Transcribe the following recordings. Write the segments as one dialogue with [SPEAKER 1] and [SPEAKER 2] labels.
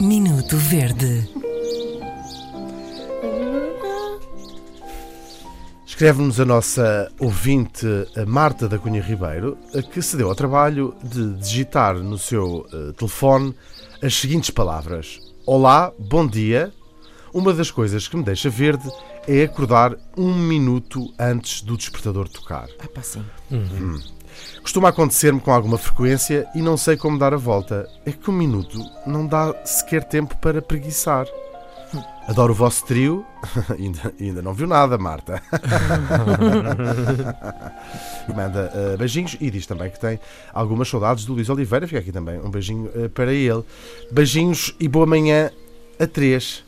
[SPEAKER 1] Minuto Verde.
[SPEAKER 2] Escreve-nos a nossa ouvinte a Marta da Cunha Ribeiro, a que se deu ao trabalho de digitar no seu eh, telefone as seguintes palavras: Olá, bom dia. Uma das coisas que me deixa verde é acordar um minuto antes do despertador tocar.
[SPEAKER 3] Ah, pá, sim.
[SPEAKER 2] Costuma acontecer-me com alguma frequência e não sei como dar a volta. É que um minuto não dá sequer tempo para preguiçar. Adoro o vosso trio. ainda, ainda não viu nada, Marta. E Manda eh, beijinhos e diz também que tem algumas saudades do Luís Oliveira. Fica aqui também um beijinho eh, para ele. Beijinhos e boa manhã a três.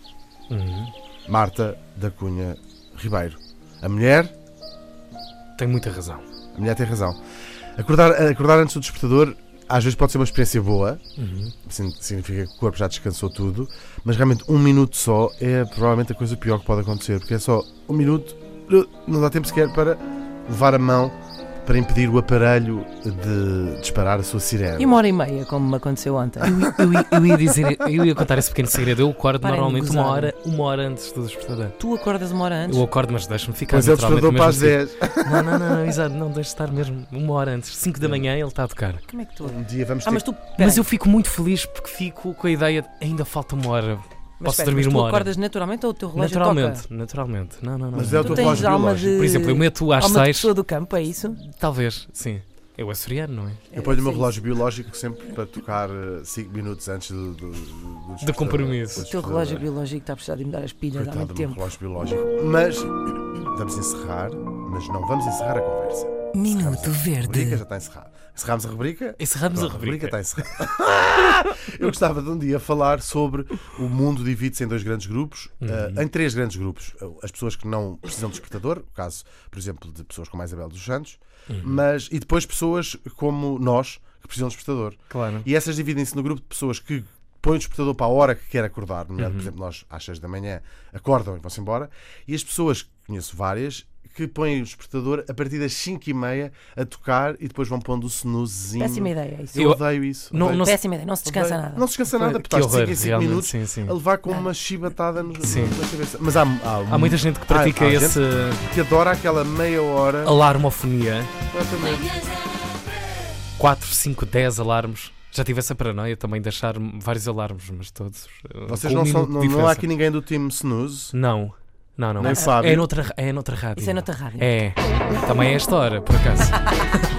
[SPEAKER 2] Marta da Cunha Ribeiro. A mulher
[SPEAKER 4] Tem muita razão.
[SPEAKER 2] a mulher tem razão. Acordar, acordar antes do despertador às vezes pode ser uma experiência boa,
[SPEAKER 4] Uhum.
[SPEAKER 2] Sin- significa que o corpo já descansou tudo, mas realmente um minuto só é provavelmente a coisa pior que pode acontecer, porque é só um minuto, uh, não dá tempo sequer para levar a mão para impedir o aparelho de disparar a sua sirene.
[SPEAKER 3] E uma hora e meia, como me aconteceu ontem.
[SPEAKER 4] Eu, ia- eu ia dizer, eu ia contar esse pequeno segredo. Eu acordo
[SPEAKER 3] Parem de
[SPEAKER 4] normalmente uma
[SPEAKER 3] gozar.
[SPEAKER 4] hora, uma hora antes do despertador.
[SPEAKER 3] Tu acordas uma hora antes.
[SPEAKER 4] Eu acordo, mas deixa-me ficar.
[SPEAKER 2] Mas é o
[SPEAKER 4] naturalmente
[SPEAKER 2] despertador
[SPEAKER 4] no
[SPEAKER 2] para as
[SPEAKER 4] mesmo
[SPEAKER 2] 10.
[SPEAKER 4] sítio. Não, não, não, não, exato. Não, deixa estar mesmo uma hora antes. 5 da manhã ele está a tocar.
[SPEAKER 3] Como é que tu.
[SPEAKER 2] Um dia vamos ter
[SPEAKER 3] Ah, mas tu.
[SPEAKER 4] Mas eu fico muito feliz porque fico com a ideia de ainda falta uma hora. posso
[SPEAKER 3] mas
[SPEAKER 4] dormir uma
[SPEAKER 3] tu
[SPEAKER 4] hora.
[SPEAKER 3] acordas naturalmente ou o teu relógio
[SPEAKER 4] naturalmente,
[SPEAKER 3] toca?
[SPEAKER 4] naturalmente. Não, não, não.
[SPEAKER 2] Mas
[SPEAKER 4] não.
[SPEAKER 2] é o
[SPEAKER 3] Tu
[SPEAKER 2] teu
[SPEAKER 3] tens
[SPEAKER 2] relógio
[SPEAKER 3] alma
[SPEAKER 2] biológico.
[SPEAKER 3] de.
[SPEAKER 4] Por exemplo, eu meto às
[SPEAKER 3] alma de
[SPEAKER 4] 6,
[SPEAKER 3] pessoa do campo, é isso?
[SPEAKER 4] talvez, sim. Eu é soriano, não é?
[SPEAKER 2] Eu ponho o meu
[SPEAKER 3] Sim.
[SPEAKER 2] relógio biológico sempre para tocar 5 minutos antes do, do, do despertador.
[SPEAKER 4] compromisso.
[SPEAKER 2] Do
[SPEAKER 3] O teu
[SPEAKER 2] despertador.
[SPEAKER 3] relógio biológico está a precisar de me dar as pilhas há
[SPEAKER 2] Coitado
[SPEAKER 3] muito
[SPEAKER 2] do meu
[SPEAKER 3] tempo.
[SPEAKER 2] relógio biológico. Mas vamos encerrar, mas não vamos encerrar a conversa.
[SPEAKER 1] Minuto
[SPEAKER 2] A rubrica já
[SPEAKER 1] Verde.
[SPEAKER 2] está encerrada. Encerramos a rubrica?
[SPEAKER 4] Encerramos
[SPEAKER 2] Pronto,
[SPEAKER 4] a rubrica.
[SPEAKER 2] está encerrada. Eu gostava de um dia falar sobre o mundo divide-se em dois grandes grupos, eh, em três grandes grupos. As pessoas que não precisam de despertador, o caso, por exemplo, de pessoas como a Isabel dos Santos, mas, e depois pessoas como nós, que precisam de despertador.
[SPEAKER 4] Claro.
[SPEAKER 2] E essas dividem-se no grupo de pessoas que põem o despertador para a hora que quer acordar, nomeado,
[SPEAKER 4] Uhum.
[SPEAKER 2] por exemplo, nós às 6 da manhã acordam e vão-se embora, e as pessoas, conheço várias, que põem o despertador a partir das 5 e meia a tocar e depois vão pondo o snoozinho.
[SPEAKER 3] Péssima ideia, é isso.
[SPEAKER 2] Eu,
[SPEAKER 4] Eu-
[SPEAKER 2] odeio isso.
[SPEAKER 4] Não-
[SPEAKER 2] odeio.
[SPEAKER 4] não se
[SPEAKER 3] Péssima ideia, não se descansa
[SPEAKER 2] Odeio.
[SPEAKER 3] nada.
[SPEAKER 2] Não se descansa é nada,
[SPEAKER 4] Que
[SPEAKER 2] porque estás de 5
[SPEAKER 4] horror,
[SPEAKER 2] em 5
[SPEAKER 4] realmente,
[SPEAKER 2] minutos
[SPEAKER 4] sim, sim.
[SPEAKER 2] a levar com uma chibatada no,
[SPEAKER 4] Sim.
[SPEAKER 2] na cabeça. Mas há, há,
[SPEAKER 4] Há muita gente que pratica
[SPEAKER 2] há gente
[SPEAKER 4] esse Oh.
[SPEAKER 2] que adora aquela meia hora.
[SPEAKER 4] alarmofonia.
[SPEAKER 2] Exatamente.
[SPEAKER 4] 4, 5, 10 alarmes. Já tive essa paranoia também de achar vários alarmes, mas todos. eh,
[SPEAKER 2] Vocês
[SPEAKER 4] com
[SPEAKER 2] não,
[SPEAKER 4] um
[SPEAKER 2] são,
[SPEAKER 4] minuto
[SPEAKER 2] não,
[SPEAKER 4] de
[SPEAKER 2] não há
[SPEAKER 4] diferença.
[SPEAKER 2] aqui ninguém do time snooze.
[SPEAKER 4] Não, não, não.
[SPEAKER 2] Nem
[SPEAKER 4] é,
[SPEAKER 2] Fábio.
[SPEAKER 4] é, noutra, é noutra rádio.
[SPEAKER 3] Isso é noutra rádio.
[SPEAKER 4] É. Também é esta hora, por acaso.